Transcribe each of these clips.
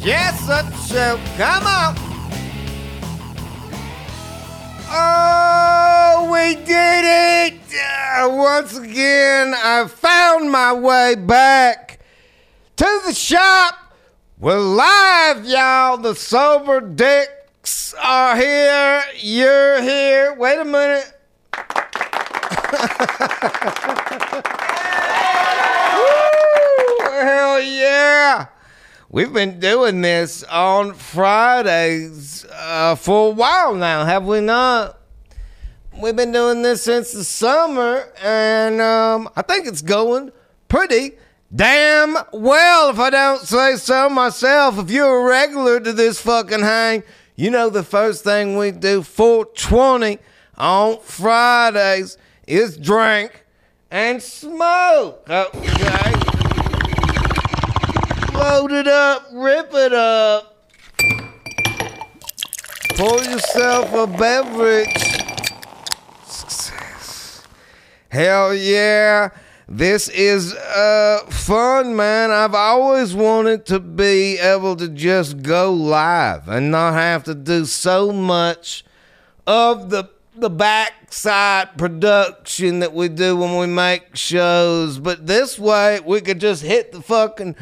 Jessup Show. Come on. Oh, we did it! Uh, once again, I found my way back to the shop. We're live, y'all. The sober dicks are here. You're here. Wait a minute. Woo! Hell yeah! We've been doing this on Fridays uh, for a while now, have we not? We've been doing this since the summer, and um, I think it's going pretty damn well, if I don't say so myself. If you're a regular to this fucking hang, you know the first thing we do 420 on Fridays is drink and smoke. Oh, Okay? Load it up, rip it up. Pour yourself a beverage. Success. Hell yeah. This is uh, fun, man. I've always wanted to be able to just go live and not have to do so much of the the backside production that we do when we make shows. But this way, we could just hit the fucking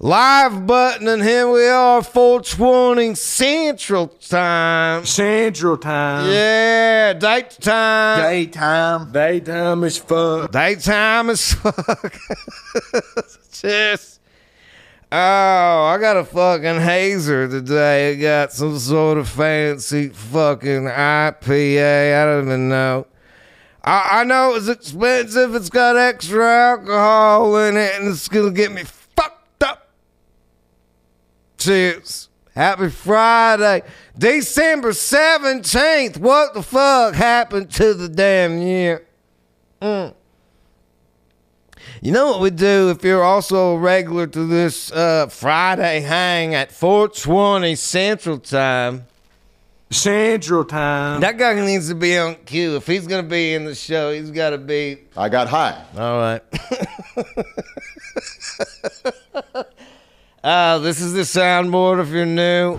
live button, and here we are, 420 Central Time. Central time. Yeah, date time. Daytime. Daytime is fuck. Daytime as fuck. Just oh, I got a fucking hazer today. It got some sort of fancy fucking IPA. I don't even know. I, I know it's expensive. It's got extra alcohol in it, and it's gonna get me fucked up. Cheers. Happy Friday, December 17th. What the fuck happened to the damn year? Mm. You know what we do if you're also a regular to this uh, Friday hang at 420 Central Time? Central time. That guy needs to be on cue. If he's going to be in the show, he's got to be. I got high. All right. uh, this is the soundboard if you're new.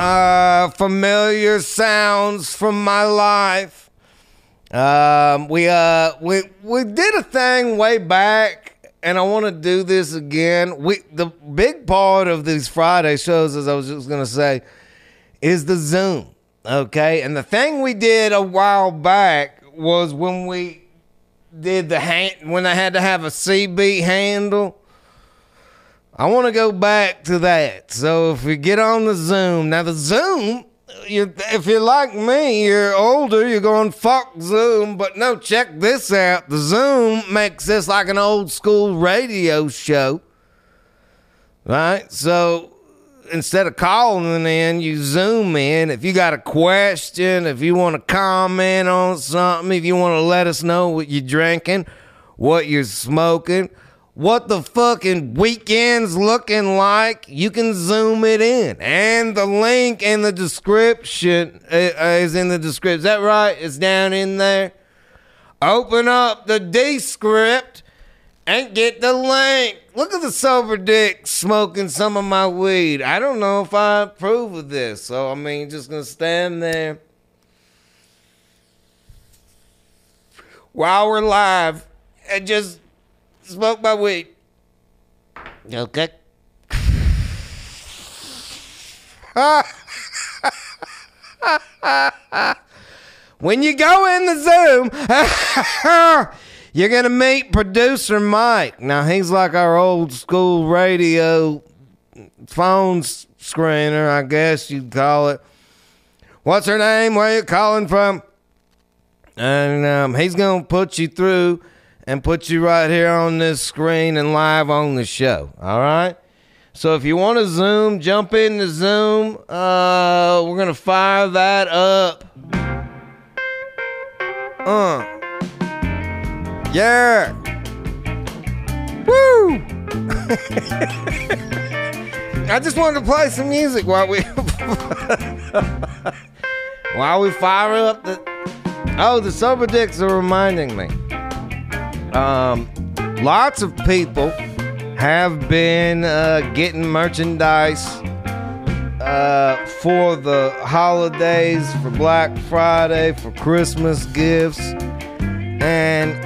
Uh, familiar sounds from my life. Um, we uh we we did a thing way back, and I want to do this again. We the big part of these Friday shows, as I was just gonna say, is the Zoom. Okay, and the thing we did a while back was when we did the hand when I had to have a CB handle. I want to go back to that. So if we get on the Zoom now, the Zoom. You, if you're like me, you're older. You're going fuck Zoom, but no, check this out. The Zoom makes this like an old school radio show, right? So instead of calling in, you zoom in. If you got a question, if you want to comment on something, if you want to let us know what you're drinking, what you're smoking, what the fucking weekend's looking like, you can zoom it in. And the link in the description uh, is in the description. Is that right? It's down in there. Open up the D script and get the link. Look at the sober dick smoking some of my weed. I don't know if I approve of this, so I mean, just gonna stand there while we're live and just smoke my weed. Okay. when you go in the Zoom, you're going to meet producer Mike. Now, he's like our old school radio phone s- screener, I guess you'd call it. What's her name? Where you calling from? And um, he's going to put you through and put you right here on this screen and live on the show. All right? So if you want to Zoom, jump into Zoom. Uh, we're gonna fire that up. Uh. Yeah. Woo. I just wanted to play some music while we while we fire up the. Oh, the sober dicks are reminding me. Um, lots of people have been uh, getting merchandise uh, for the holidays, for Black Friday, for Christmas gifts. And,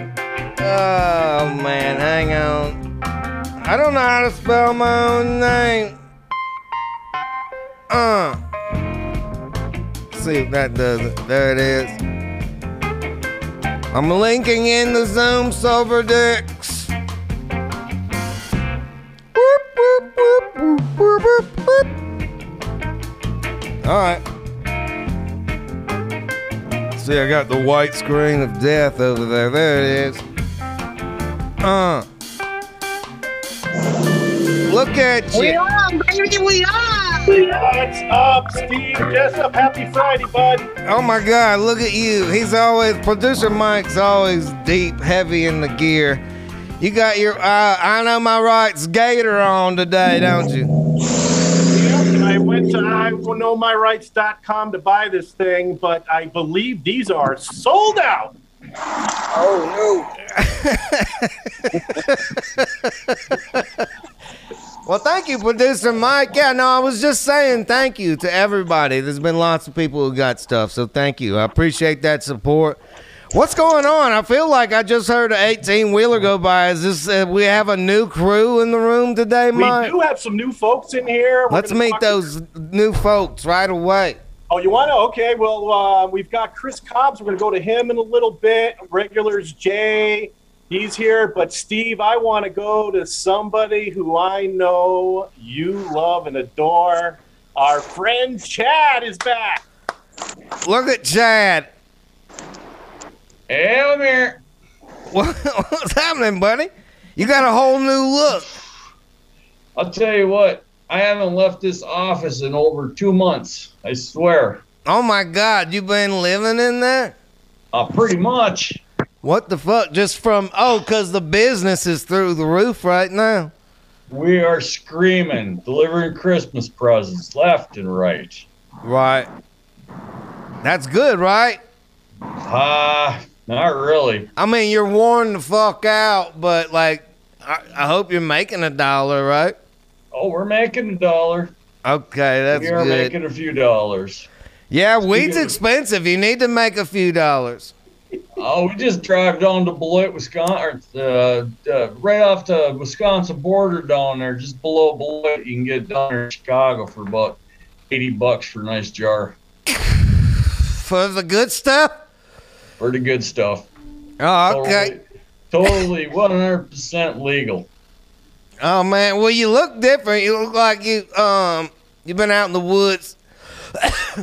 oh man, hang on. I don't know how to spell my own name. Uh. See if that does it. There it is. I'm linking in the Zoom Silver Dicks. Whoop, whoop, whoop, whoop, whoop, whoop, whoop. All right. See, I got the white screen of death over there. There it is. Uh. Look at you. We are, baby, we are. What's up, Steve? Jessup, happy Friday, bud. Oh my God, look at you. He's always, producer Mike's always deep, heavy in the gear. You got your, uh, I know my rights gator on today, don't you? Yep, I went to IknowMyRights.com to buy this thing, but I believe these are sold out. Well, thank you, producer Mike. Yeah, no, I was just saying thank you to everybody. There's been lots of people who got stuff, so thank you. I appreciate that support. What's going on? I feel like I just heard an 18 wheeler go by. Is this, uh, we have a new crew in the room today, We Mike? do have some new folks in here. We're Let's gonna meet talk- those new folks right away. Oh, you want to? Okay, well, uh, we've got Chris Cobbs. We're going to go to him in a little bit. Regulars Jay, he's here. But, Steve, I want to go to somebody who I know you love and adore. Our friend Chad is back. Look at Chad. Hey, I'm here. What, what's happening, buddy? You got a whole new look. I'll tell you what, I haven't left this office in over two months. I swear. Oh my God, you been living in there? Uh, pretty much. What the fuck? Just from oh, cause the business is through the roof right now. We are screaming, delivering Christmas presents left and right. Right. That's good, right? Ah, not really. I mean, you're worn the fuck out, but like, I, I hope you're making a dollar, right? Oh, we're making a dollar. Okay, that's we are good. making a few dollars. yeah, weed's Speaking of- expensive. You need to make a few dollars. Oh, we just drive down to Beloit, Wisconsin, or, uh, uh, right off the Wisconsin border down there, just below Beloit. You can get down there in Chicago for about 80 bucks for a nice jar. For the good stuff? Pretty good stuff. Oh, okay. Totally, totally 100% legal. Oh man, well you look different. You look like you um you've been out in the woods.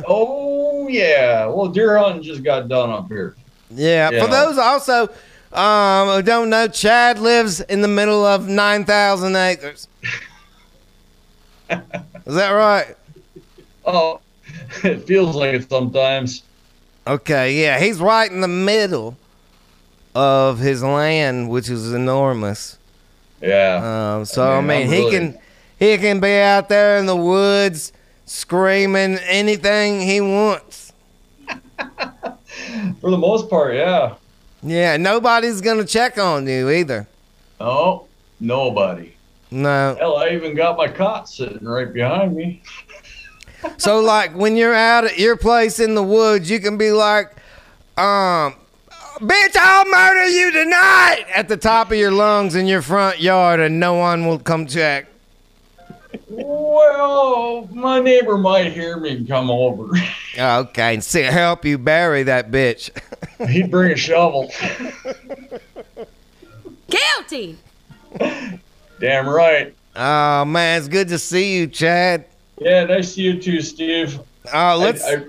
Oh, yeah. Well, deer hunting just got done up here. Yeah. Yeah. For those also um who don't know, Chad lives in the middle of nine thousand acres. Is that right? Oh, it feels like it sometimes. Okay, yeah, he's right in the middle of his land, which is enormous. Yeah. Um, so I I mean, mean, I'm he really- can he can be out there in the woods screaming anything he wants. Uh-huh. For the most part, yeah. Yeah, nobody's gonna check on you either. Oh, nobody. No. Hell, I even got my cot sitting right behind me. So like when you're out at your place in the woods, you can be like, um, bitch, I'll murder you tonight at the top of your lungs in your front yard and no one will come check. Well, my neighbor might hear me and come over. Okay, and see, help you bury that bitch. He'd bring a shovel. Guilty. Damn right. Oh man, it's good to see you, Chad. Yeah, nice to see you too, Steve. Oh, I, let's. I,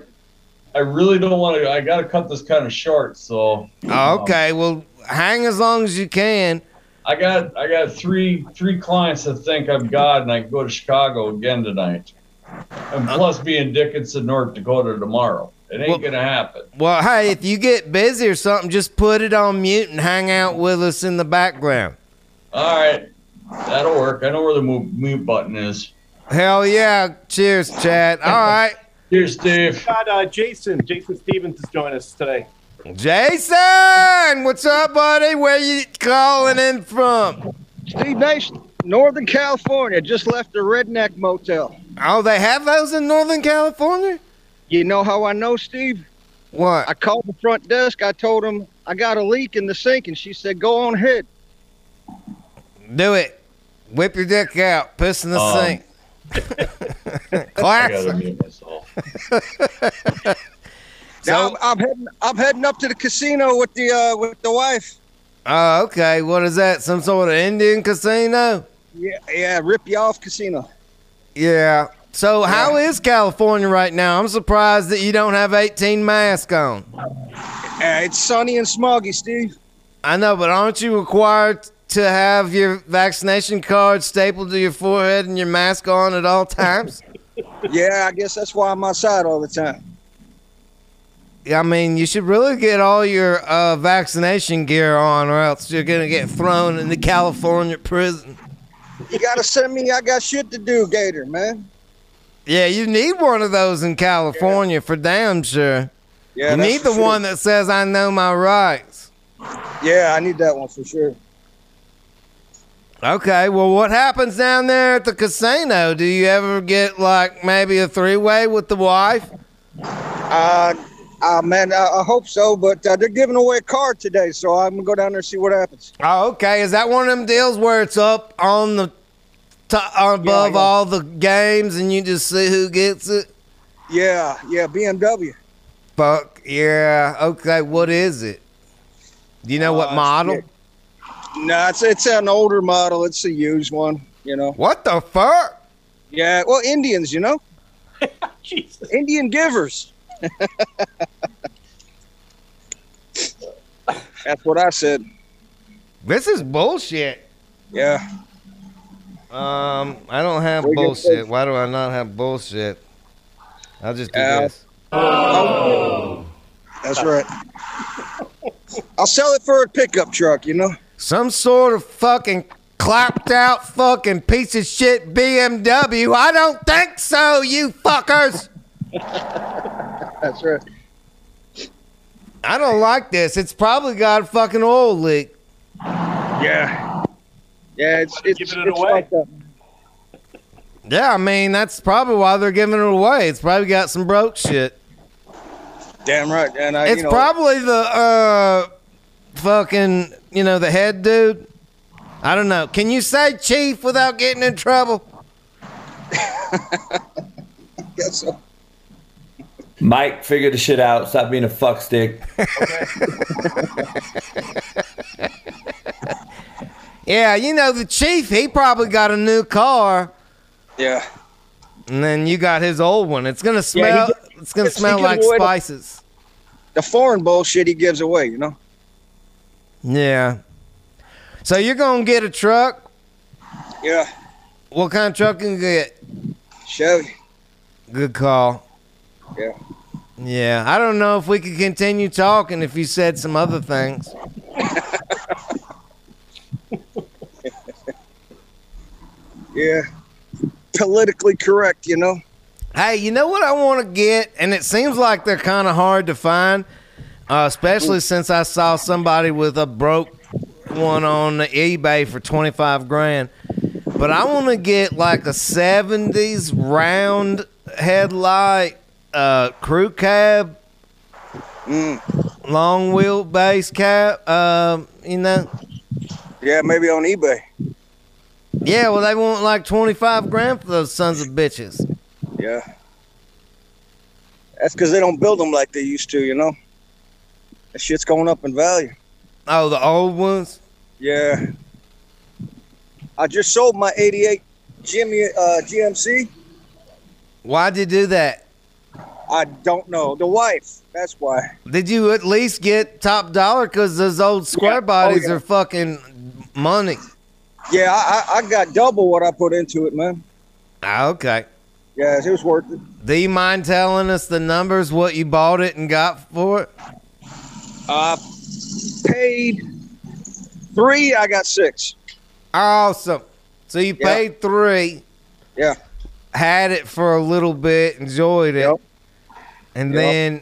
I really don't want to. I got to cut this kind of short. So oh, okay, well, hang as long as you can. I got I got three three clients that think I'm God, and I can go to Chicago again tonight, and plus be in Dickinson, North Dakota tomorrow. It ain't Well- gonna happen. Well, hey, if you get busy or something, just put it on mute and hang out with us in the background. All right, that'll work. I know where the mute, mute button is. Hell yeah. Cheers, Chad. All right. Here's Dave. Got uh, Jason. Jason Stevens is joining us today. Jason, what's up, buddy? Where you calling in from? Steve Nation, Northern California, just left the Redneck Motel. Oh, they have those in Northern California? You know how I know, Steve? I What? called the front desk. I told them I got a leak in the sink, and she said, "Go on ahead." Do it. Whip your dick out. Piss in the Um, sink. I gotta Classic. mute myself. now So, uh, I'm, I'm heading. I'm heading up to the casino with the uh, with the wife. oh, okay. What is that? Some sort of Indian casino? Yeah, yeah. Rip you off, casino. Yeah. So how is California right now? I'm surprised that you don't have 18 mask on. Uh, it's sunny and smoggy, Steve. I know, but aren't you required to have your vaccination card stapled to your forehead and your mask on at all times? Yeah, I guess that's why I'm outside all the time. I mean, you should really get all your uh, vaccination gear on, or else you're gonna get thrown into California prison. You gotta send me. I got shit to do, Gator man. Yeah, you need one of those in California for damn sure. Yeah, you that's need for the sure. one that says "I know my rights." Yeah, I need that one for sure. Okay, well, what happens down there at the casino? Do you ever get like maybe a three way with the wife? Uh, uh man, I, I hope so, but uh, they're giving away a card today, so I'm gonna go down there and see what happens. Oh, okay. Is that one of them deals where it's up on the top above yeah. all the games and you just see who gets it? Yeah, yeah, BMW. Fuck yeah. Okay, what is it? Do you know what Uh, model? shit. No, it's it's an older model. It's a used one, you know. What the fuck? Yeah, well, Indians, you know, Jesus. Indian givers. That's what I said. This is bullshit. Yeah, Um, I don't have Where you bullshit. from? Why do I not have bullshit? I'll just do Yeah. this. that's right. I'll sell it for a pickup truck, you know. some sort of fucking clapped out fucking piece of shit BMW. I don't think so, you fuckers. That's right. I don't like this. It's probably got a fucking oil leak. Yeah. Yeah, it's it's, Giving it it's away. fucked up. Yeah, I mean, that's probably why they're giving it away. It's probably got some broke shit. Damn right, and I, It's you know, probably the uh fucking, you know, the head dude. I don't know. Can you say chief without getting in trouble? guess so. Mike, figure the shit out. Stop being a fuck stick. Yeah, you know, the chief, he probably got a new car. Yeah. And then you got his old one. It's gonna smell. Yeah, he it's gonna it's- he smell gave like away the- spices. the foreign bullshit he gives away, you know? Yeah. So you're gonna get a truck. Yeah. What kind of truck can you get? Chevy. Good call. Yeah. Yeah. I don't know if we could continue talking if you said some other things. Yeah. Politically correct, you know? Hey, you know what I want to get, and it seems like they're kind of hard to find, uh, especially since I saw somebody with a broke one on eBay for twenty five grand. But I want to get like a seventies round headlight uh, crew cab, long wheelbase cab. Um, you know, Yeah, maybe on eBay. yeah. Well, they want like twenty five grand for those sons of bitches. Yeah. That's because they don't build them like they used to, you know? That shit's going up in value. Oh, the old ones. Yeah. I just sold my 88 Jimmy uh, GMC. Why'd you do that? I don't know. The wife. That's why. Did you at least get top dollar? Because those old square Yeah. Oh, bodies yeah. are fucking money. Yeah, I, I, I got double what I put into it, man. Ah, Okay. Yes, it was worth it. Do you mind telling us the numbers, what you bought it and got for it? I Uh, paid three. I got six. Awesome. So you Yeah. paid three, Yeah. had it for a little bit, enjoyed it, Yep. and Yep. then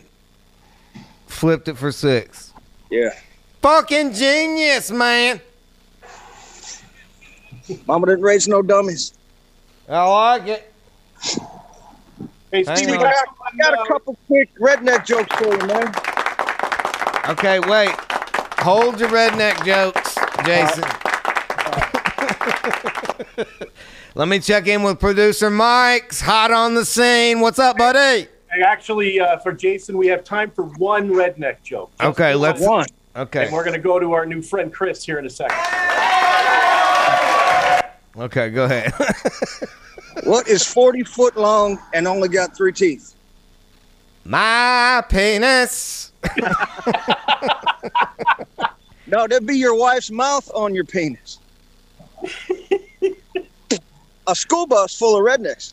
flipped it for six. Yeah. Fucking genius, man. Mama didn't raise no dummies. I like it. Hey, Hang Uh, Steve, we on. got, uh, I got a couple quick redneck jokes for you, man. Okay, wait. Hold your redneck jokes, Jason. Let me check in with producer Mike's hot on the scene. What's up, buddy? Hey, actually, uh, for Jason, we have time for one redneck joke. Just Okay, let's. One. Okay, And we're going to go to our new friend Chris here in a second. okay, go ahead. What is 40 foot long and only got three teeth? My penis. No, that'd be your wife's mouth on your penis. a school bus full of rednecks.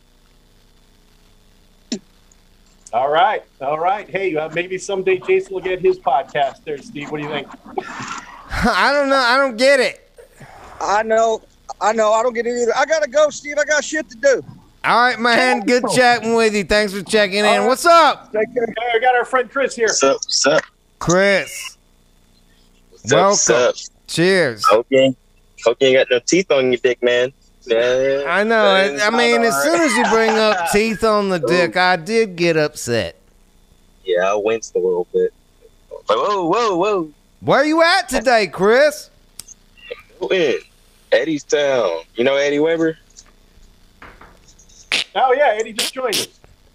All right. All right. Hey, uh, maybe someday Jason will get his podcast there, Steve. What do you think? I don't know. I don't get it. I know. I know. I don't get it either. I gotta go, Steve. I got shit to do. All right, man. Good chatting with you. Thanks for checking in. What's up, Take care. Hey, I got our friend Chris here. What's up? What's up? Chris? What's up? What's Welcome. up? Cheers. Hope you ain't, hope you ain't got no teeth on your dick, man. Yeah, yeah. I know. That I, is I mean, not as soon as you bring up teeth on the dick, I did get upset. yeah, I winced a little bit. Like, whoa, whoa, whoa. Where you at today, Chris? Go in. Eddie's town. You know Eddie Weber? Oh, yeah. Eddie just joined us.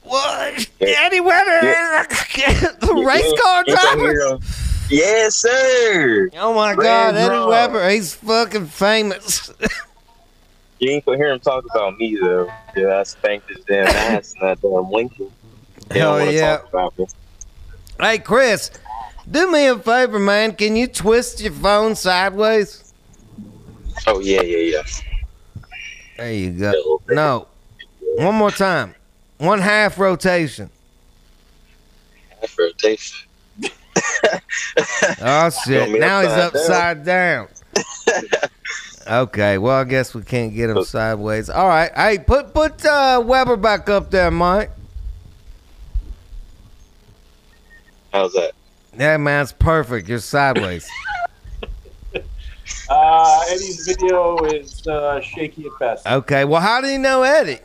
What? Eddie Weber, the race car He's out driver. here on- Yes, sir. Oh my Red God, Eddie Rock. Weber, he's fucking famous. You ain't gonna hear him talk about me though. Yeah, I spanked his damn ass and that damn winking. They Hell don't wanna yeah. talk about me. Oh, Hey, Chris, do me a favor, man. Can you twist your phone sideways? Oh yeah, yeah, yeah. There you A go. little bit. No, one more time. One half rotation. Half rotation. Oh Got shit! me Now he's upside upside down. okay, well I guess we can't get him sideways. All right, hey, put put uh, Weber back up there, Mike. How's that? Yeah, man, it's perfect. You're sideways. Uh, Eddie's video is uh, shaky at best. okay, well, how do you know Eddie?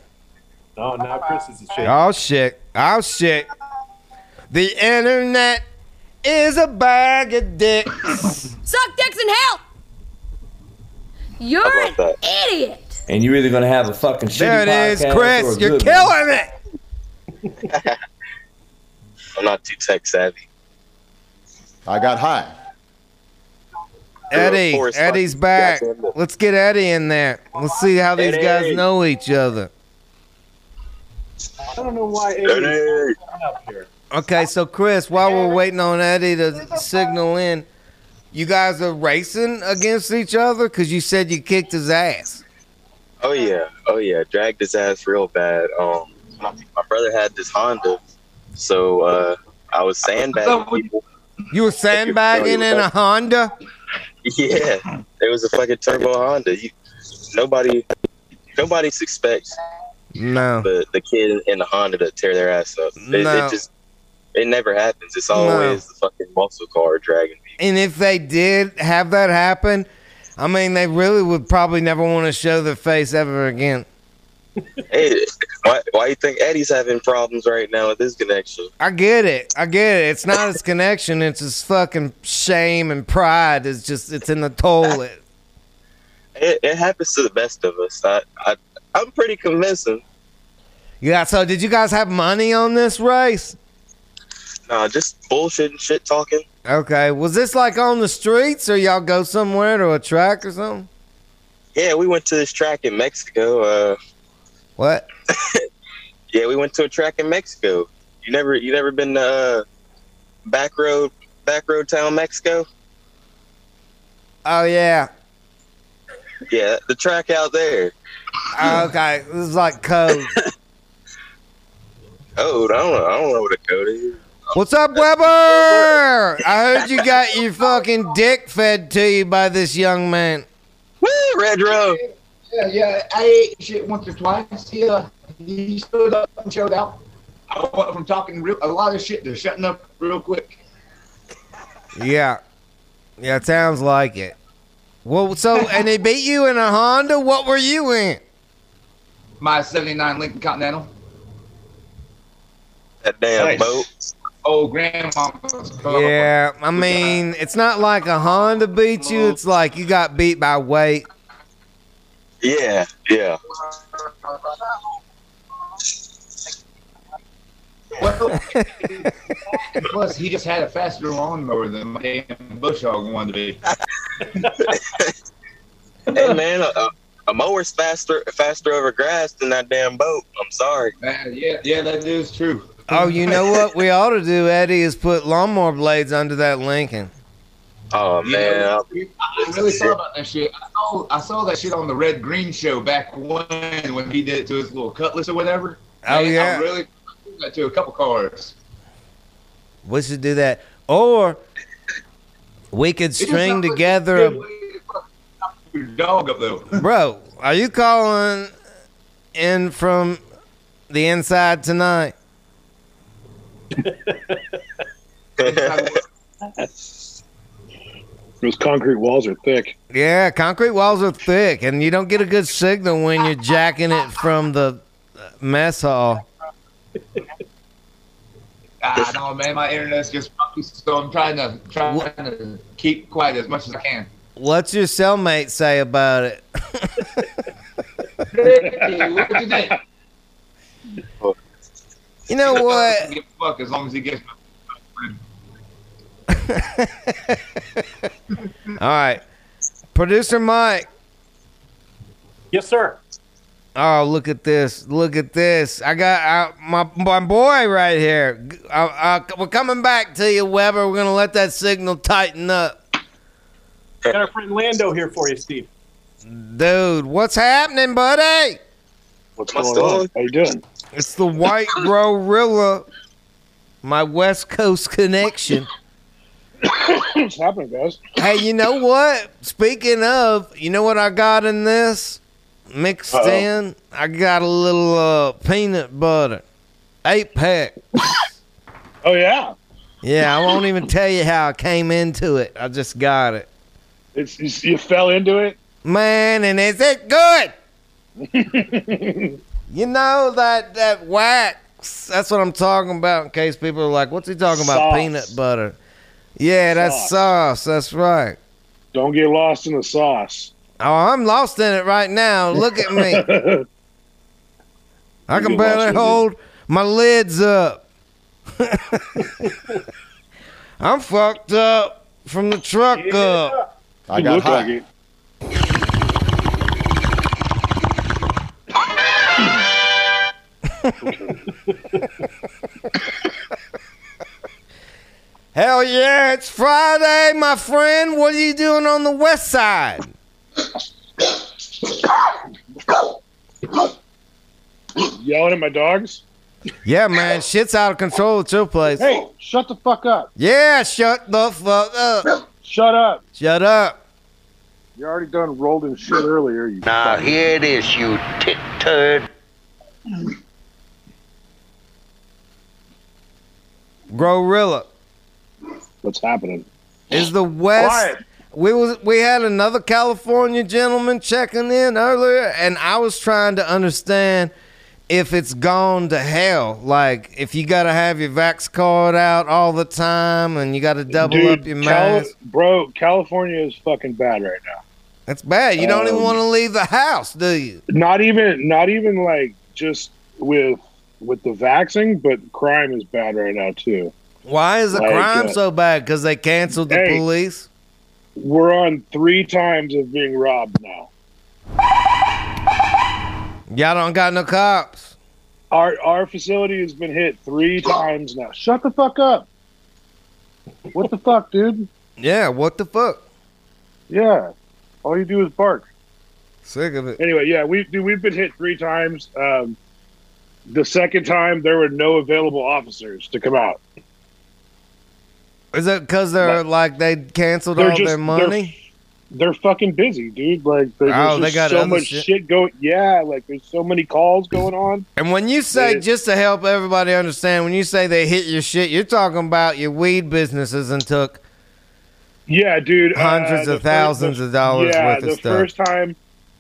Oh, now Chris is shaky. Oh shit! Oh shit! The internet is a bag of dicks. Suck dicks in hell! You're How an about idiot! And you're either gonna have a fucking shitty there it is, podcast Chris. or a You're good one. killing it. I'm not too tech savvy. I got high. Eddie, Forrest Eddie's Gump. back. Goddamn it. Let's get Eddie in there. Let's see how these guys Eddie. know each other. I don't know why Eddie's Eddie. not up here. Okay, so Chris, while we're waiting on Eddie to signal in, you guys are racing against each other because you said you kicked his ass. Oh yeah, oh yeah. Dragged his ass real bad. Um, my my brother had this Honda, so uh, I was sandbagging people. You were sandbagging in a Honda. Yeah, it was a fucking turbo Honda. You, nobody, nobody expects No, the the kid in the Honda to tear their ass up. It, No. it just, it never happens. It's always the fucking muscle car dragging people. and if they did have that happen, I mean, they really would probably never want to show their face ever again. Hey, why, why you think Eddie's having problems right now with his connection? I get it. I get it. It's not his connection. It's his fucking shame and pride. It's just it's in the toilet. It, it happens to the best of us. I, I, I'm pretty convincing. Yeah. So did you guys have money on this race? Nah, just bullshit and shit talking. Okay. Was this like on the streets, or y'all go somewhere to a track or something? Yeah, we went to this track in Mexico. Uh, What? yeah, we went to a track in Mexico. You never, you never been to uh, back road, back road town, Mexico? Oh yeah. Yeah, the track out there. Oh, okay, this is like code. Oh, I don't know. I don't know what a code is. What's up, Weber? I heard you got your fucking dick fed to you by this young man. Woo, Red Row. Yeah, yeah. I ate shit once or twice. He, uh, he stood up and showed out. I went from talking real, a lot of shit to shutting up real quick. Yeah, yeah, it sounds like it. Well, so and they beat you in a Honda. What were you in? My 79 Lincoln Continental. That damn boat. Oh, grandma. Yeah, I mean, it's not like a Honda beat you. It's like you got beat by weight. Yeah, yeah. Plus, he just had a faster lawnmower than my damn bush hog wanted to be. Hey man, a, a, a mower's faster faster over grass than that damn boat. I'm sorry. Uh, yeah, yeah, that is true. Oh, you know what we ought to do, Eddie, is put lawnmower blades under that Lincoln. Oh man, I really thought about that shit. I saw, I saw that shit on the Red Green show back when when he did it to his little cutlass or whatever. Oh, Man, yeah. I really did that to a couple cars. We should do that, or we could It just string sounds like a together good a way to fuck Your dog up though. Bro, are you calling in from the inside tonight? Those concrete walls are thick. Yeah, concrete walls are thick, and you don't get a good signal when you're jacking it from the mess hall. I know, man. My internet's just funky, so I'm trying to trying to keep quiet as much as I can. What's your cellmate say about it? Hey, what you think? You know what? Give a fuck as long as he gets. All right, producer Mike. Yes, sir. Oh, look at this! Look at this! I got uh, my my boy right here. G- Uh, uh, we're coming back to you, Weber. We're gonna let that signal tighten up. Got our friend Lando here for you, Steve. Dude, what's happening, buddy? What's What's going on? going? How you doing? It's the White Gorilla, my West Coast connection. What's happening, guys? Hey, you know what? Speaking of, you know what I got in this mixed Uh-oh. in? I got a little uh, peanut butter, eight pack. Oh yeah, Yeah, I won't even tell you how I came into it. I just got it, it's, it's you fell into it. man, and is it good? You know that that wax. That's what I'm talking about. In case people are like, "What's he talking about?" Sauce. Peanut butter. Yeah, that's sauce. That's right. Don't get lost in the sauce. Oh, I'm lost in it right now. Look at me. I can You lost barely in it. hold my lids up. I'm fucked up from the truck up. I You got look high. like it. Hell yeah, it's Friday, my friend. What are you doing on the west side? Yelling at my dogs. Yeah, man, shit's out of control at your place. Hey, shut the fuck up. Yeah, shut the fuck up. Shut up. Shut up. You already done rolled in shit earlier. You nah, here it is, you tit turd. Gorilla What's happening? is the West. Quiet. We was we had another California gentleman checking in earlier, and I was trying to understand if it's gone to hell. Like if you got to have your vax card out all the time, and you got to double Dude, up your Cali- mask. bro, California is fucking bad right now. That's bad. You don't even Um, want to leave the house, do you? Not even, not even like just with with the vaccine, but crime is bad right now too. Why is the like, crime uh, so bad? Because they canceled the Hey. police. We're on three times of being robbed now. Y'all don't got no cops. Our our facility has been hit three times now. Shut the fuck up. What the fuck, dude? Yeah, what the fuck? Yeah. All you do is bark. Sick of it. Anyway, yeah, we dude, we've been hit three times. Um, the second time, there were no available officers to come out. Is it because they're like they canceled They're all just- their money? They're fucking busy, dude. Like there- there's Oh, they just got so other much shit. shit. going. Yeah, like there's so many calls going on. And when you say, just to help everybody understand, when you say they hit your shit, you're talking about your weed businesses and took Yeah, dude. Hundreds of Uh, the thousands of dollars Yeah, worth of the stuff. first time,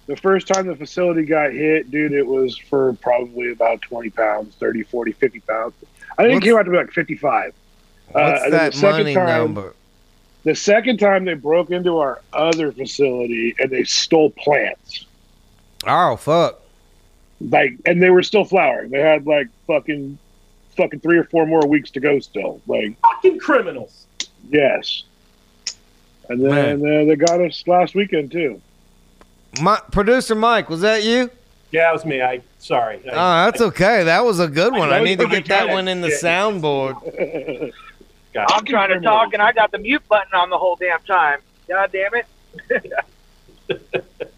the first time the facility got hit, dude, it was for probably about twenty pounds, 30, 40, 50 pounds. I think it came out to be like fifty-five. Uh, what's and then that the second money time- number? The second time they broke into our other facility and they stole plants, Oh fuck! like, and they were still flowering. They had like fucking, fucking three or four more weeks to go still. Like, Fucking criminals. yes. And then uh, they got us last weekend too. My producer Mike, was that you? Yeah, it was me. I sorry. I- Oh, that's okay. That was a good one. I, know need to somebody get that got it. one in the Yeah. soundboard. I'm trying to talk and I got the mute button on the whole damn time. God damn it.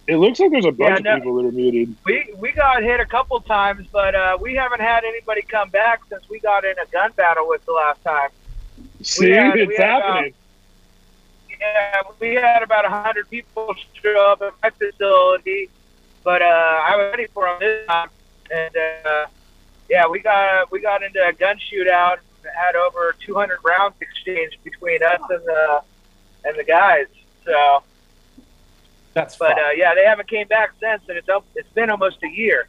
It looks like there's a bunch Yeah, no- of people that are muted. we we got hit a couple times, but uh, we haven't had anybody come back since we got in a gun battle with the last time. See, had- we it's had uh, about- happening. Yeah, we had about a hundred people show up at my facility, but uh, I was ready for them this time, and uh, yeah, we got we got into a gun shootout. and Had over 200 rounds exchanged between us and the and the guys. So, that's but uh, yeah, they haven't came back since, and it's up, it's been almost a year.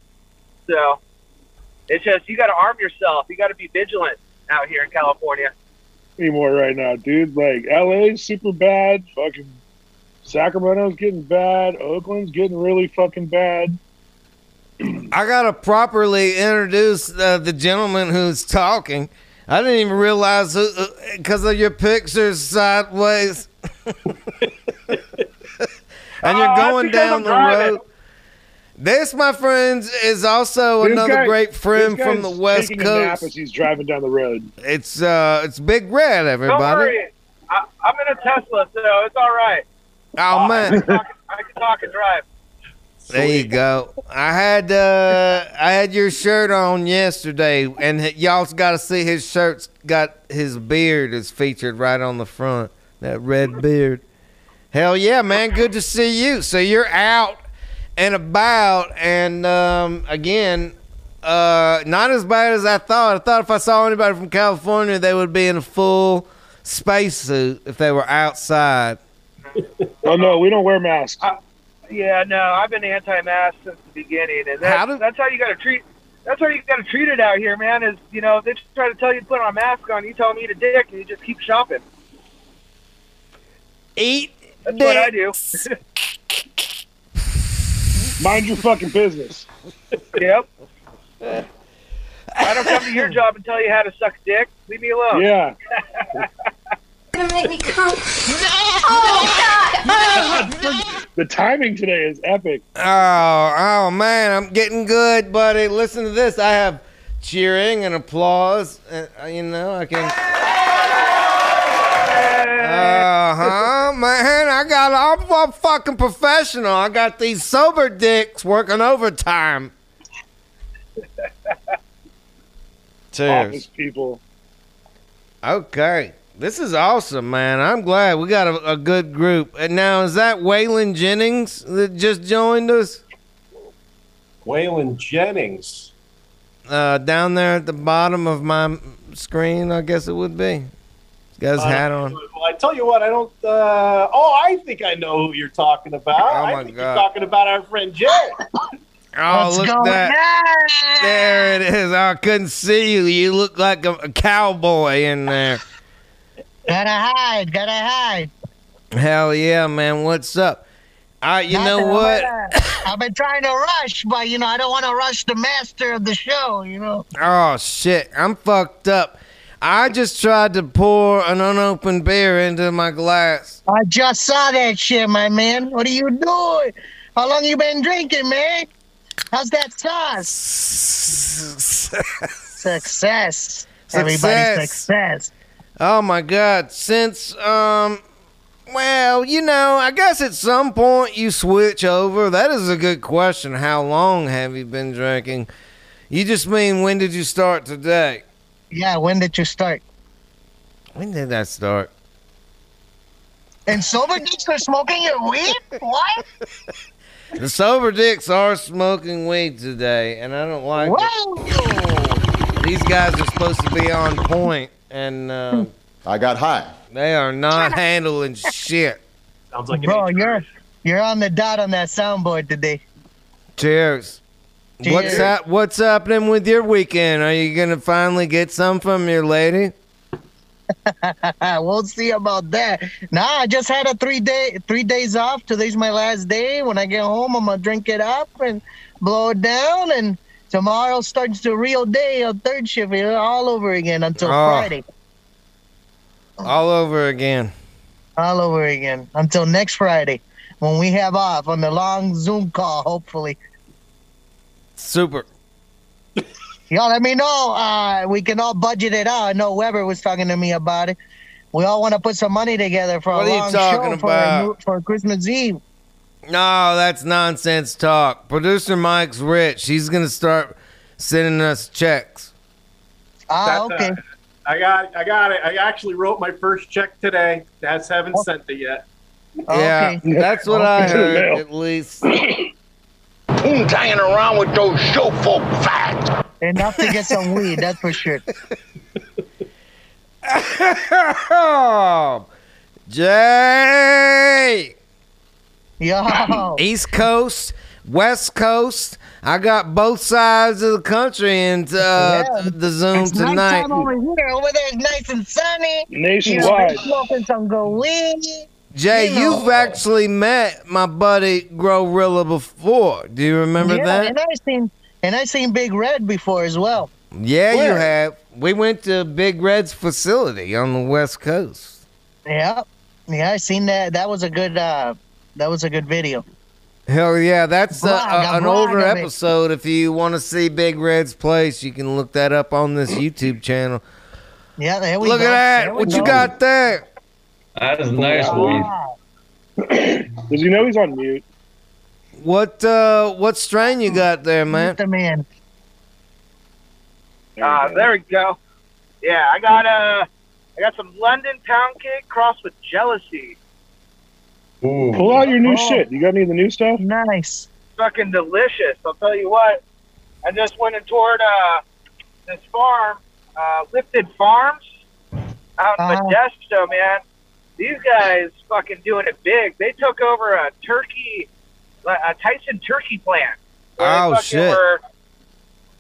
So, it's just you got to arm yourself. You got to be vigilant out here in California. anymore right now, dude. Like LA's super bad. Fucking Sacramento's getting bad. Oakland's getting really fucking bad. I gotta properly introduce uh, the gentleman who's talking. I didn't even realize because of your pictures sideways, and you're Oh, that's going because down I'm the driving. road. This, my friends, is also This another guy- great friend this from guy's the West taking a nap Coast. as he's driving down the road. It's uh, it's Big Red, everybody. Don't worry, I, I'm in a Tesla, so it's all right. Oh man, I can talk and drive. there you go. I had uh, I had your shirt on yesterday, and h- y'all got to see his shirt's got his beard is featured right on the front. That red beard. Hell yeah, man! Good to see you. So you're out and about, and um, again, uh, not as bad as I thought. I thought if I saw anybody from California, they would be in a full spacesuit if they were outside. Oh no, we don't wear masks. Yeah, no, I've been anti-mask since the beginning, and that, that's how you got to treat. That's how you got to treat it out here, man. Is you know they just try to tell you to put on a mask on, you tell them eat a dick, and you just keep shopping. Eat. That's what I do. Mind your fucking business. yep. I don't come to your job and tell you how to suck a dick. Leave me alone. Yeah. Gonna make me come. The timing today is epic. Oh, oh man, I'm getting good, buddy. Listen to this. I have cheering and applause. And, uh, you know, I can. Uh-huh, Uh huh, man. I got. I'm, I'm fucking professional. I got these sober dicks working overtime. Cheers. Office people. Okay, this is awesome, man. I'm glad we got a, a good group. And now, is that Waylon Jennings that just joined us? Waylon Jennings. uh, down there at the bottom of my m- screen, I guess it would be. He's got his Uh, hat on. Well, I tell you what, I don't. Uh, oh, I think I know who you're talking about. Oh, I my think God. you're talking about our friend Jay. Oh, look at that. There it is. I couldn't see you. You look like a, a cowboy in there. Gotta hide, gotta hide. Hell yeah, man. What's up? All right, you know Nothing, what? I'm, uh, I've been trying to rush, but you know, I don't want to rush the master of the show, you know. Oh shit, I'm fucked up. I just tried to pour an unopened beer into my glass. I just saw that shit, my man. What are you doing? How long you been drinking, man? How's that sauce? Success. Success. Everybody success. Oh my god! Since um, Well, you know, I guess at some point you switch over. That is a good question. How long have you been drinking? You just mean when did you start today? Yeah, when did you start? When did I start? And sober dicks for smoking your weed? What? The sober dicks are smoking weed today, and I don't like it. These guys are supposed to be on point, and uh, I got high. They are not handling shit. Sounds like Bro, you're you're on the dot on that soundboard today. Cheers. What's Cheers. hap- What's happening with your weekend? Are you gonna finally get some from your lady? we'll see about that. Nah, I just had a three day three days off. Today's my last day. When I get home, I'm gonna drink it up and blow it down. And tomorrow starts the real day of third shift here all over again until Oh. Friday. All over again. All over again until next Friday when we have off on the long Zoom call. Hopefully, Super. y'all let me know. Uh, we can all budget it out. I know Weber was talking to me about it. We all want to put some money together for What a are you long talking show for, a new- about? for Christmas Eve. No, that's nonsense talk. Producer Mike's rich. He's gonna start sending us checks. Ah, That's, uh, okay. I got, I got it. I actually wrote my first check today. That's haven't sent it yet. Oh, Yeah, that's what I heard at least. Who's hanging around with those show folk fags? Enough to get some weed, that's for sure. Jay. Yo. East Coast, West Coast. I got both sides of the country in uh, the Zoom It's tonight. nighttime over here. Over there, it's nice and sunny. Nationwide. You know, smoking some good weed. Jay, You know. you've actually met my buddy Glorilla before. Do you remember yeah, that? And I seen and I seen Big Red before as well. Yeah, you Where? have. We went to Big Red's facility on the West Coast. Yeah, yeah, I seen that. That was a good. uh That was a good video. Hell yeah, that's uh, Blog, uh, a an blog older of it. episode. If you want to see Big Red's place, you can look that up on this YouTube channel. Yeah, there we Look go. at There that! we What you go. got there? That is nice weed. Does he know he's on mute? What uh, what strain you got there, man? The man. Ah, there we go. Yeah, I got uh, I got some London pound cake crossed with jealousy. Pull out your new Oh. shit. You got any of the new stuff? Nice. Fucking delicious. I'll tell you what. I just went and toured uh, this farm, uh, Lifted Farms, out in Uh-huh. Modesto, man. These guys fucking doing it big. They took over a turkey, a Tyson turkey plant. where they Oh, fucking shit. were-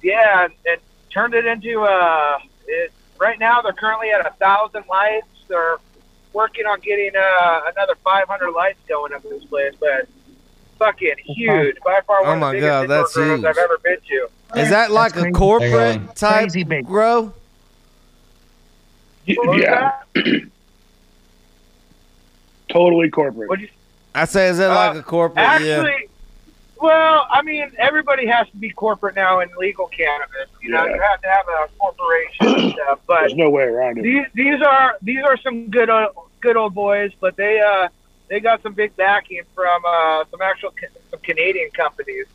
yeah, and, and turned it into uh, it, right now they're currently at a thousand lights. They're working on getting uh, another 500 lights going up this place, but fucking huge. By far one Oh of my the biggest God, indoor that's grows huge. I've ever been to. Is that like a corporate type Crazy big. grow? What was that? Totally corporate. I say, is that like a corporate? Actually, well, I mean, everybody has to be corporate now in legal cannabis. You know, Yeah. you have to have a corporation and stuff. But There's no way around it. these these are these are some good uh, good old boys, but they uh they got some big backing from uh some actual ca- some Canadian companies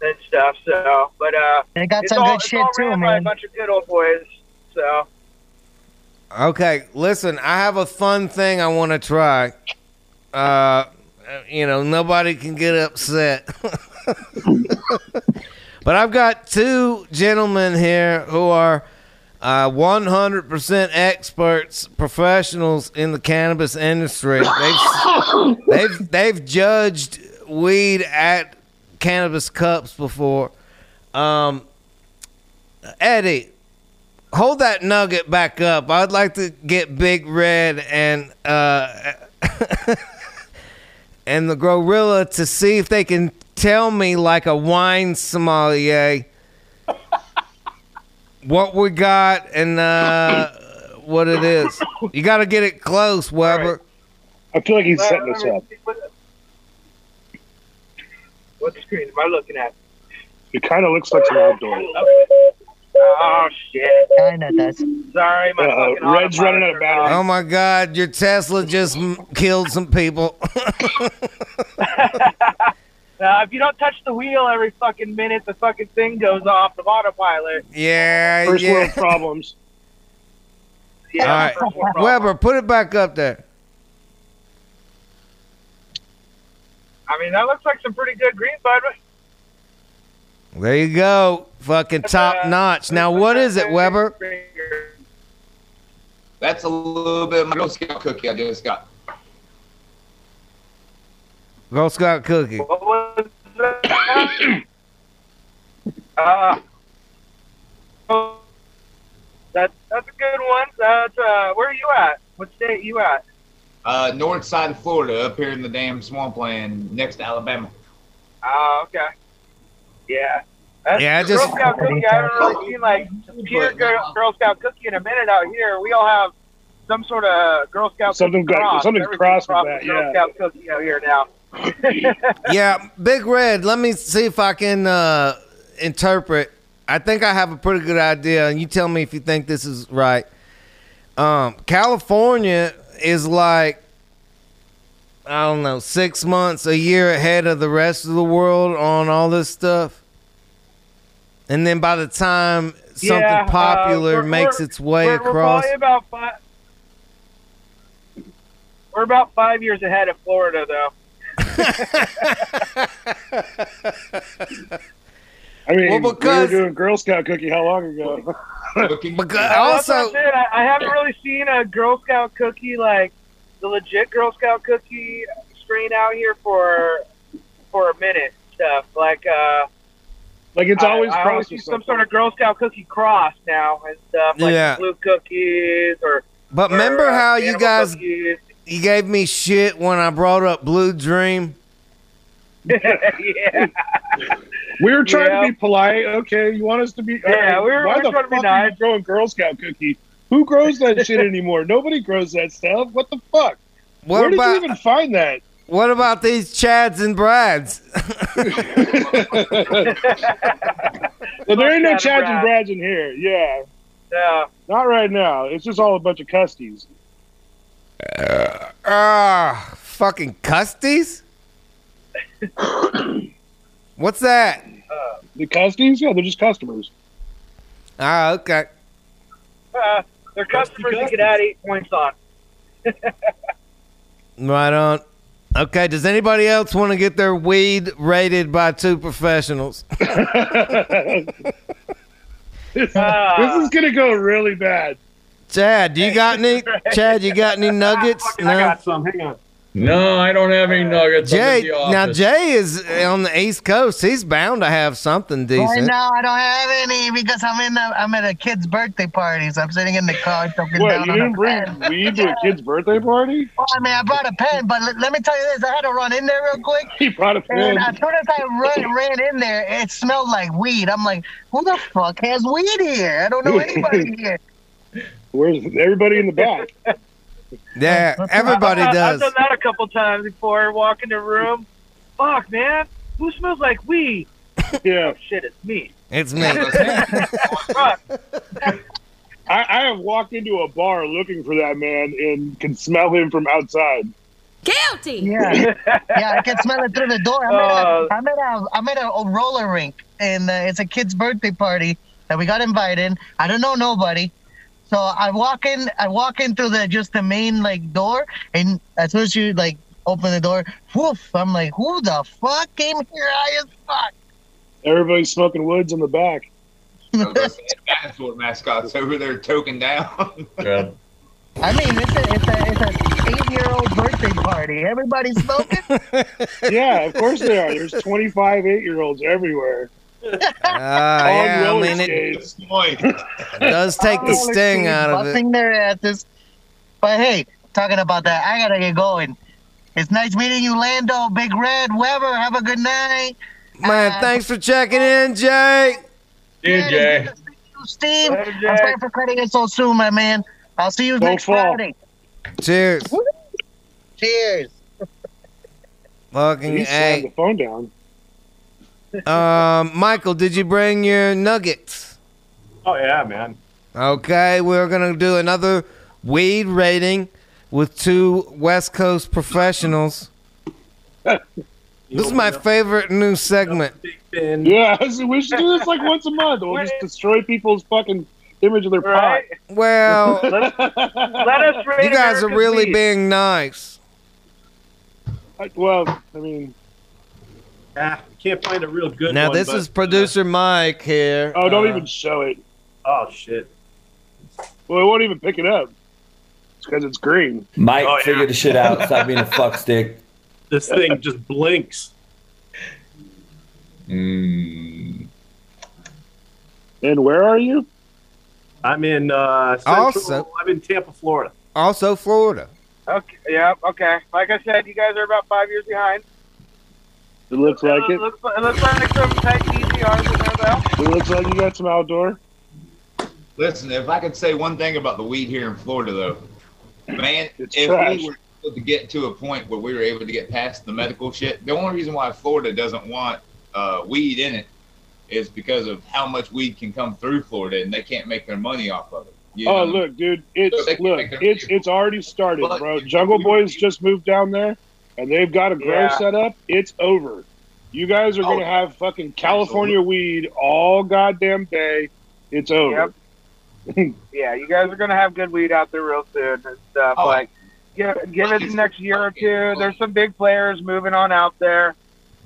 and stuff. So, but uh, They got it's some all, good it's shit all too, ran by a man. bunch of good old boys. So yeah. Okay, listen, I have a fun thing I want to try. Uh, you know, nobody can get upset. but I've got two gentlemen here who are uh, 100% experts, professionals in the cannabis industry. They've, they've, they've judged weed at cannabis cups before. Um, Eddie, hold that nugget back up. I'd like to get Big Red and uh, and the Gorilla to see if they can tell me like a wine sommelier what we got and uh, what it is. You got to get it close, Weber. I feel like he's Well, setting us let me up. see What, what screen am I looking at? It kind of looks like some outdoor. Uh, Oh shit. I know that's. Sorry, my fucking Red's running out of battery. Oh my God! Your Tesla just m- killed some people. Now, if you don't touch the wheel every fucking minute, the fucking thing goes off of autopilot. yeah. First yeah. world problems. All Yeah, first world right, Weber, put it back up there. I mean, that looks like some pretty good green, bud. There you go. Fucking uh, top notch. Now, what is it, Weber? That's a little bit of my Girl Scout cookie I just got. Girl Scout cookie. What was that? uh, oh, that, that's a good one. That's, uh, where are you at? What state you at? Uh, north side of Florida, up here in the damn swampland next to Alabama. Oh, okay. Yeah. That's Yeah, I the just- Girl Scout cookie. I haven't really seen like pure Girl, Girl Scout cookie in a minute out here. We all have some sort of Girl Scout Something cookie got- cross. something Everything's crossed with crossed that, with Girl yeah. Scout cookie out here now. yeah, Big Red. Let me see if I can uh, interpret. I think I have a pretty good idea, and you tell me if you think this is right. Um, California is like I don't know, six months, a year ahead of the rest of the world on all this stuff, and then by the time something Yeah, uh, popular we're- makes we're- its way we're- across, We're probably about five. We're about five years ahead of Florida, though. I mean, Well, because- we were doing Girl Scout cookie how long ago? That's what I'm saying. I, I haven't really seen a Girl Scout cookie like the legit Girl Scout cookie strain out here for for a minute. Stuff like uh, Like it's I- always I, always crossed see with some sort of Girl Scout cookie cross now and stuff like Yeah. blue cookies or. But or, remember uh, how you animal guys cookies. you gave me shit when I brought up Blue Dream. yeah. We were trying Yeah. to be polite. Okay, you want us to be? Yeah, we were- Why we were the trying to be fuck are you nice. growing Girl Scout cookie? Who grows that shit anymore? Nobody grows that stuff. What the fuck? What Where about- did you even find that? What about these Chads and Brads? Well, there ain't no Fuck that Chads and brat. Brads in here. Yeah, Yeah. not right now. It's just all a bunch of custies. Ah, fucking custies. What's that? Uh, The custies? Yeah, they're just customers. Ah, okay. Uh, they're customers you could add eight points on. Right on. Okay, does anybody else want to get their weed rated by two professionals? this is gonna go really bad. Chad, do you got any? Chad, you got any nuggets? No. I got some. Hang on. No, I don't have any nuggets. I'm at Jay, the now office. Jay is on the East Coast. He's bound to have something Right decent. now, I don't have any because I'm in. A, I'm at a kid's birthday party, so I'm sitting in the car choking What? down You on a didn't bring weed to a kid's birthday party? Well, I mean, I brought a pen, but let, let me tell you this: I had to run in there real quick. He brought a And pen. as soon as I ran, ran in there, it smelled like weed. I'm like, who the fuck has weed here? I don't know anybody here. Where's everybody in the back? Yeah, everybody I've, does. I've done that a couple times before. Walk in the room. Fuck, man. Who smells like weed? Oh, Yeah. Shit, it's me. It's me. Uh, I, I have walked into a bar looking for that man and can smell him from outside. Guilty. Yeah, yeah, I can smell it through the door. I'm, at, a, I'm at a I'm at a, a roller rink, and uh, it's a kid's birthday party that we got invited. I don't know nobody, so I walk in. I walk in through the just the main like door, and as soon as you like open the door, woof! I'm like, who the fuck came here? I as fuck. Everybody's smoking woods in the back. Dinosaur mascots over there token down. I mean, it's a it's a, it's a eight year old birthday party. Everybody's smoking. Yeah, of course they are. There's 25 eight year olds everywhere. Ah, On yeah, I roller mean, it skates. does take the Roller sting skates, out of it. busting their asses. But hey, talking about that, I gotta get going. It's nice meeting you, Lando, Big Red, Weber. Have a good night. Man, thanks for checking in, Jay. Yeah, Jay. You, Steve. I'm sorry for cutting it so soon, my man. I'll see you next Friday. Cheers. Cheers. Fucking He slammed the hey. phone down. Um, Michael, did you bring your nuggets? Oh yeah, man. Okay, we're going to do another weed rating with two West Coast professionals. this is my favorite new segment. Yeah, we should do this like once a month. We'll just destroy people's fucking image of their pot. Well, Let us rate you guys are American really Beef. being nice. I- well, I mean, ah, can't find a real good Now, one. this but- is producer Mike here. Oh, don't Uh, even show it. Oh shit. Well, it won't even pick it up. It's because it's green. Mike figured the shit out. Stop being a fuck stick. This thing just blinks. Hmm. And where are you? I'm in uh, central, Also- I'm in Tampa, Florida. Also, Florida. Okay. Yeah. Okay. Like I said, you guys are about five years behind. It looks like it it. looks, it looks like some type DVRs in there, though. It looks like you got some outdoor. Listen, if I could say one thing about the weed here in Florida, though, man, if trash. we were able to get to a point where we were able to get past the medical shit, the only reason why Florida doesn't want uh, weed in it is because of how much weed can come through Florida, and they can't make their money off of it. You know Oh, what I mean? look, dude. It's They can look. make their It's it's already started, bro. Jungle Boys just moved down there, and they've got a grow Yeah. set up. It's over. You guys are Oh, gonna have fucking California weed all goddamn day. It's over. Yeah, you guys are gonna have good weed out there real soon and stuff. Oh. Like, give, give it the next year or two. There's some big players moving on out there,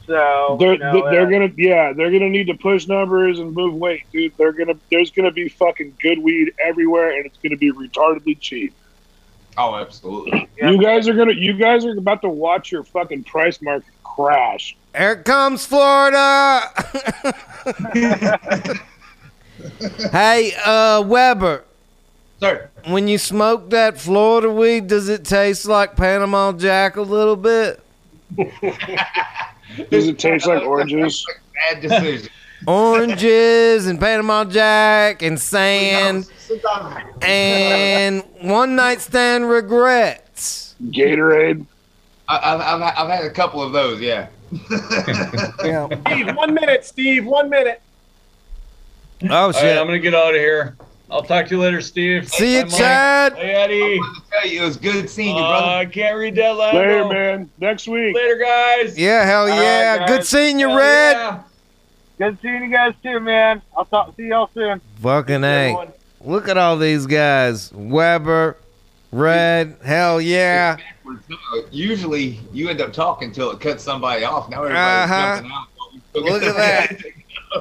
so they're you know, they're uh, gonna yeah they're gonna need to push numbers and move weight, dude. They're gonna there's gonna be fucking good weed everywhere, and it's gonna be retardedly cheap. Oh, absolutely. You guys are gonna you guys are about to watch your fucking price market crash. Here comes Florida. hey, uh, Weber. Sir. When you smoke that Florida weed, does it taste like Panama Jack a little bit? Does it taste like oranges? Bad decision. Oranges and Panama Jack and sand and one night stand regrets. Gatorade. I, I've, I've, I've had a couple of those, yeah. Steve, one minute, Steve, one minute. Oh shit! I'm gonna get out of here. I'll talk to you later, Steve. See ya, Bye, Mike. Chad. Hey, Eddie. tell you, it was good seeing you, Uh, brother. I can't read that line. Later, man. Next week. Later, guys. Yeah, hell All right, yeah. guys. Good seeing you, Hell Red. yeah. Good seeing you guys too, man. I'll talk. See y'all soon. Fucking A. Look at all these guys. Weber, Red, hell yeah. Usually, you end up talking until it cuts somebody off. Now everybody's "Oh, Uh-huh. jumping out. Look at that.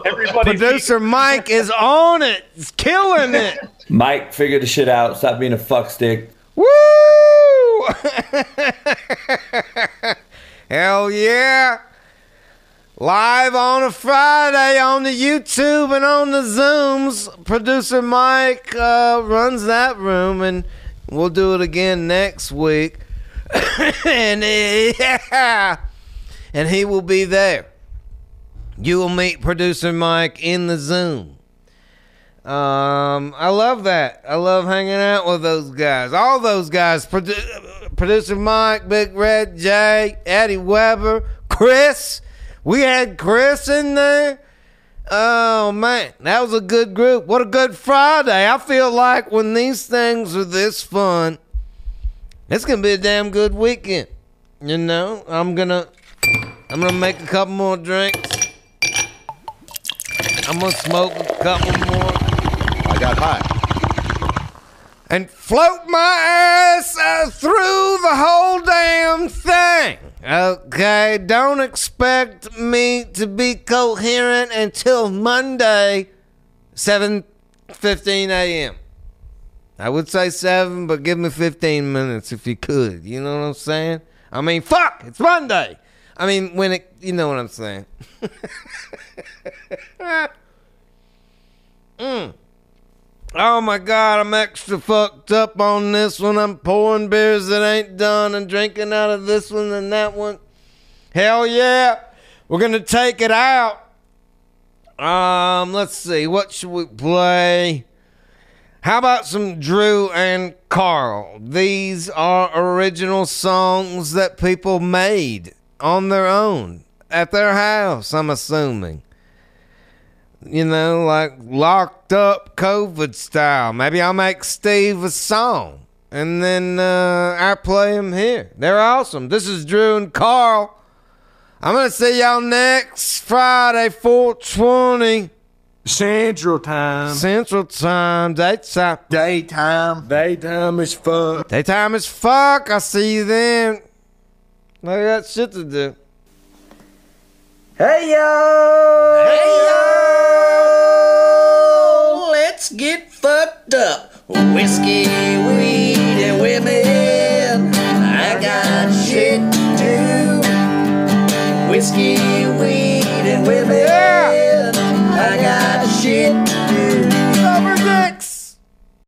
Everybody Producer Mike is on it. He's killing it. Mike figured the shit out. Stop being a fuck stick. Woo! Hell yeah. Live on a Friday on the YouTube and on the Zooms. Producer Mike uh, runs that room, and we'll do it again next week. and, yeah. and he will be there. You will meet producer Mike in the Zoom. Um, I love that. I love hanging out with those guys. All those guys. Produ- producer Mike, Big Red, Jay, Eddie Weber, Chris. We had Chris in there. Oh man, that was a good group. What a good Friday. I feel like when these things are this fun, it's gonna be a damn good weekend. You know, I'm gonna I'm gonna make a couple more drinks. I'm gonna smoke a couple more. I got high. And float my ass uh, through the whole damn thing. Okay, don't expect me to be coherent until Monday, 7:15 a.m. I would say seven, but give me 15 minutes if you could. You know what I'm saying? I mean, fuck, it's Monday. I mean, when it, you know what I'm saying. Mm. Oh my God, I'm extra fucked up on this one. I'm pouring beers that ain't done and drinking out of this one and that one. Hell yeah, we're gonna take it out. Um, let's see, what should we play? How about some Drew and Carl? These are original songs that people made on their own at their house, I'm assuming. you know, like locked up COVID style. Maybe I'll make Steve a song and then uh, I play him here. They're awesome. This is Drew and Carl. I'm going to see y'all next Friday, 420. Central time. Central time. Daytime. Daytime. Daytime is fuck. Daytime is fuck. I'll see you then. I got shit to do. Hey yo! Hey yo! Let's get fucked up. Whiskey, weed, and women. I got shit to do. Whiskey, weed, and women.